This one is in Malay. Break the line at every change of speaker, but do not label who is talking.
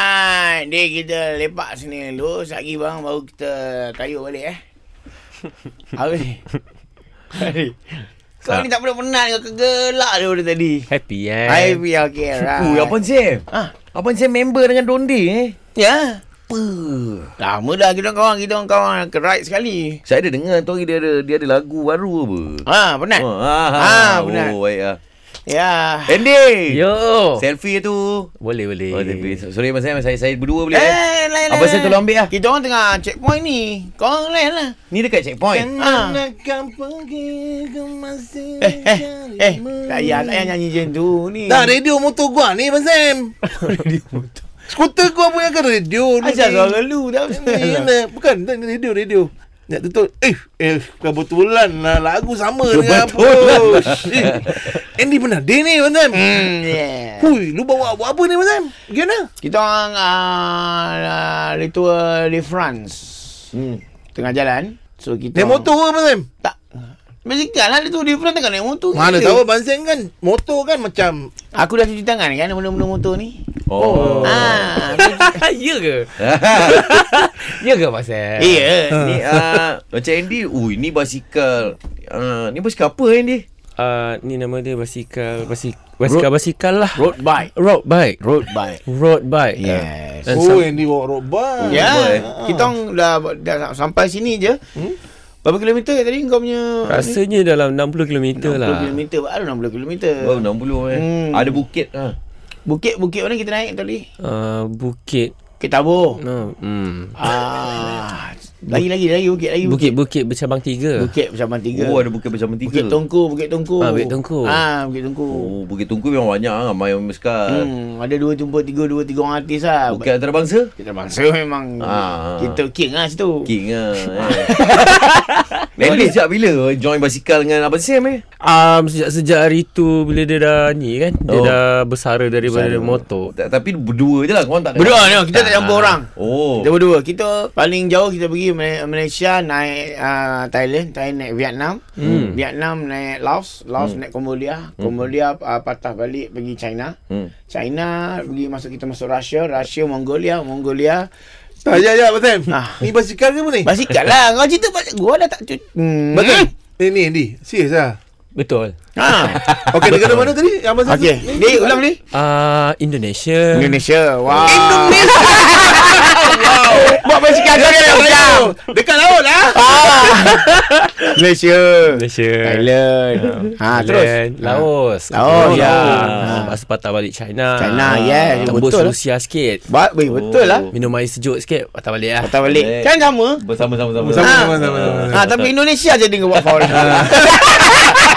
Third day kita lepak sini dulu. Sekejap lagi bang baru kita kayu balik eh. Habis. Hari. Kau
Tak.
ni tak pernah penat kau kegelak daripada tadi.
Happy eh.
Hai, we are okay, right.
Ui, Abang Sam.
Ah,
Abang Sam member dengan Donde eh.
ya.
Apa?
Lama dah kita orang kawan, kita orang kawan keride sekali.
Saya ada dengar tu hari dia ada dia ada lagu baru apa.
Ha, penat.
Oh,
Oh.
ah,
Ah,
oh,
benar.
baik ah.
Ya.
Andy.
Yo.
Selfie tu.
Boleh boleh.
Oh, selfie. Sorry Abang Sam, saya saya berdua boleh. Eh?
Eh, lain
Abang Sam tolong ambil lah.
Kita orang tengah checkpoint ni. Kau orang lain lah.
Ni dekat checkpoint.
Ah. Eh, eh, eh. Tak payah, tak payah nyanyi macam tu ni.
Dah radio motor gua ni Abang Sam Skuter gua punya ke radio dulu
Ajar
ni.
suara lu dah
Ni
pasal.
lah. Bukan tak, ni radio radio Nak tutup Eh Eh kebetulan lah Lagu sama dengan apa Shit. Andy pernah Dia ni Abang Sam
Hmm, yeah.
Hui Lu bawa buat apa ni Abang Sam Gimana
Kita orang uh, uh, ritual di France. Hmm. Tengah jalan. So kita
Naik motor ke Abang Sam
Tak. Basikal lah dia tu di France tengah naik motor.
Mana
Gila.
tahu Abang Sam kan Motor kan macam
Aku dah cuci tangan kan benda-benda motor ni.
Oh.
Ah,
ya ke? Ya ke Abang Sam?
Eh.
iya.
Ni ah macam Andy, ui ni basikal. Ah, ni basikal apa Andy?
Uh, ni nama dia basikal basik basikal basikal lah.
Road bike.
Road bike.
Road bike.
Road bike. ah.
Yes.
Dan
Oh Andy bawa Ah. road bike
Eh, Ya,
boleh.
kita orang dah, dah sampai sini je. Hmm? Berapa kilometer tadi kau punya?
Rasanya dalam 60 km
60
lah.
kilometer, baru 60 kilometer.
Oh, 60 eh.
Ah. Hmm.
Ada bukit ah.
Bukit-bukit mana kita naik tadi?
Uh, bukit.
Kitabu.
No. Hmm.
Ah, lagi lagi lagi bukit lagi
Bukit-bukit bercabang tiga.
Bukit bercabang tiga.
Oh, ada bukit macam tiga.
Ya. Bukit Tongku, Bukit Tongku.
Ah, Bukit Tongku.
Ah, Bukit Tongku.
Oh, Bukit Tungku memang banyak ah, ramai yang basikal.
Hmm, ada dua jumpa tiga, dua tiga orang artis lah.
Bukit antarabangsa?
Kita bangsa memang
Ah.
kita king lah situ.
King ah. Eh. Andy sejak bila join basikal dengan Abang Sam eh?
Um, sejak sejak hari tu bila dia dah ni kan, dia
Oh.
dah bersara daripada motor.
Ta- Tapi berdua je lah Korang tak ada Ah.
Berdua no, kita tak campur orang.
Oh
Kita berdua Kita paling jauh kita pergi Mal- Malaysia Naik uh, Thailand Thailand naik Vietnam hmm. Vietnam naik Laos Laos hmm. naik Cambodia Cambodia uh, patah balik pergi China
Hmm.
China pergi masuk kita masuk Russia Russia Mongolia Mongolia
Tak ya ya Abang Sam
Ah.
Ni basikal ke apa ni
Basikal lah Kau cerita pasal Gua dah tak cu- hmm.
Betul Ni ni Andy Serius lah
Betul.
ha.
Okey negara mana tadi Yang Abang Sam
Okay
sebut?
Ni ulang ni
Ah, uh, Indonesia.
Indonesia Wow Indonesia Wow Buat basikal kau dia nak ulang
Dekat laut lah
Ah. Malaysia
Malaysia. Ah,
Thailand Ha terus
Laos.
Laos,
Laos.
ya.
Ah,
Ah.
Lepas tu patah balik China. Ah,
China, yes.
Tembus
Betul lah.
Rusia sikit.
Ba- weh, Betul lah
Minum air sejuk sikit, patah balik lah.
Patah balik
Balik.
Kan sama
Bersama-sama
Sama
Ah.
sama sama sama
Ha, tapi Indonesia je dia buat foul.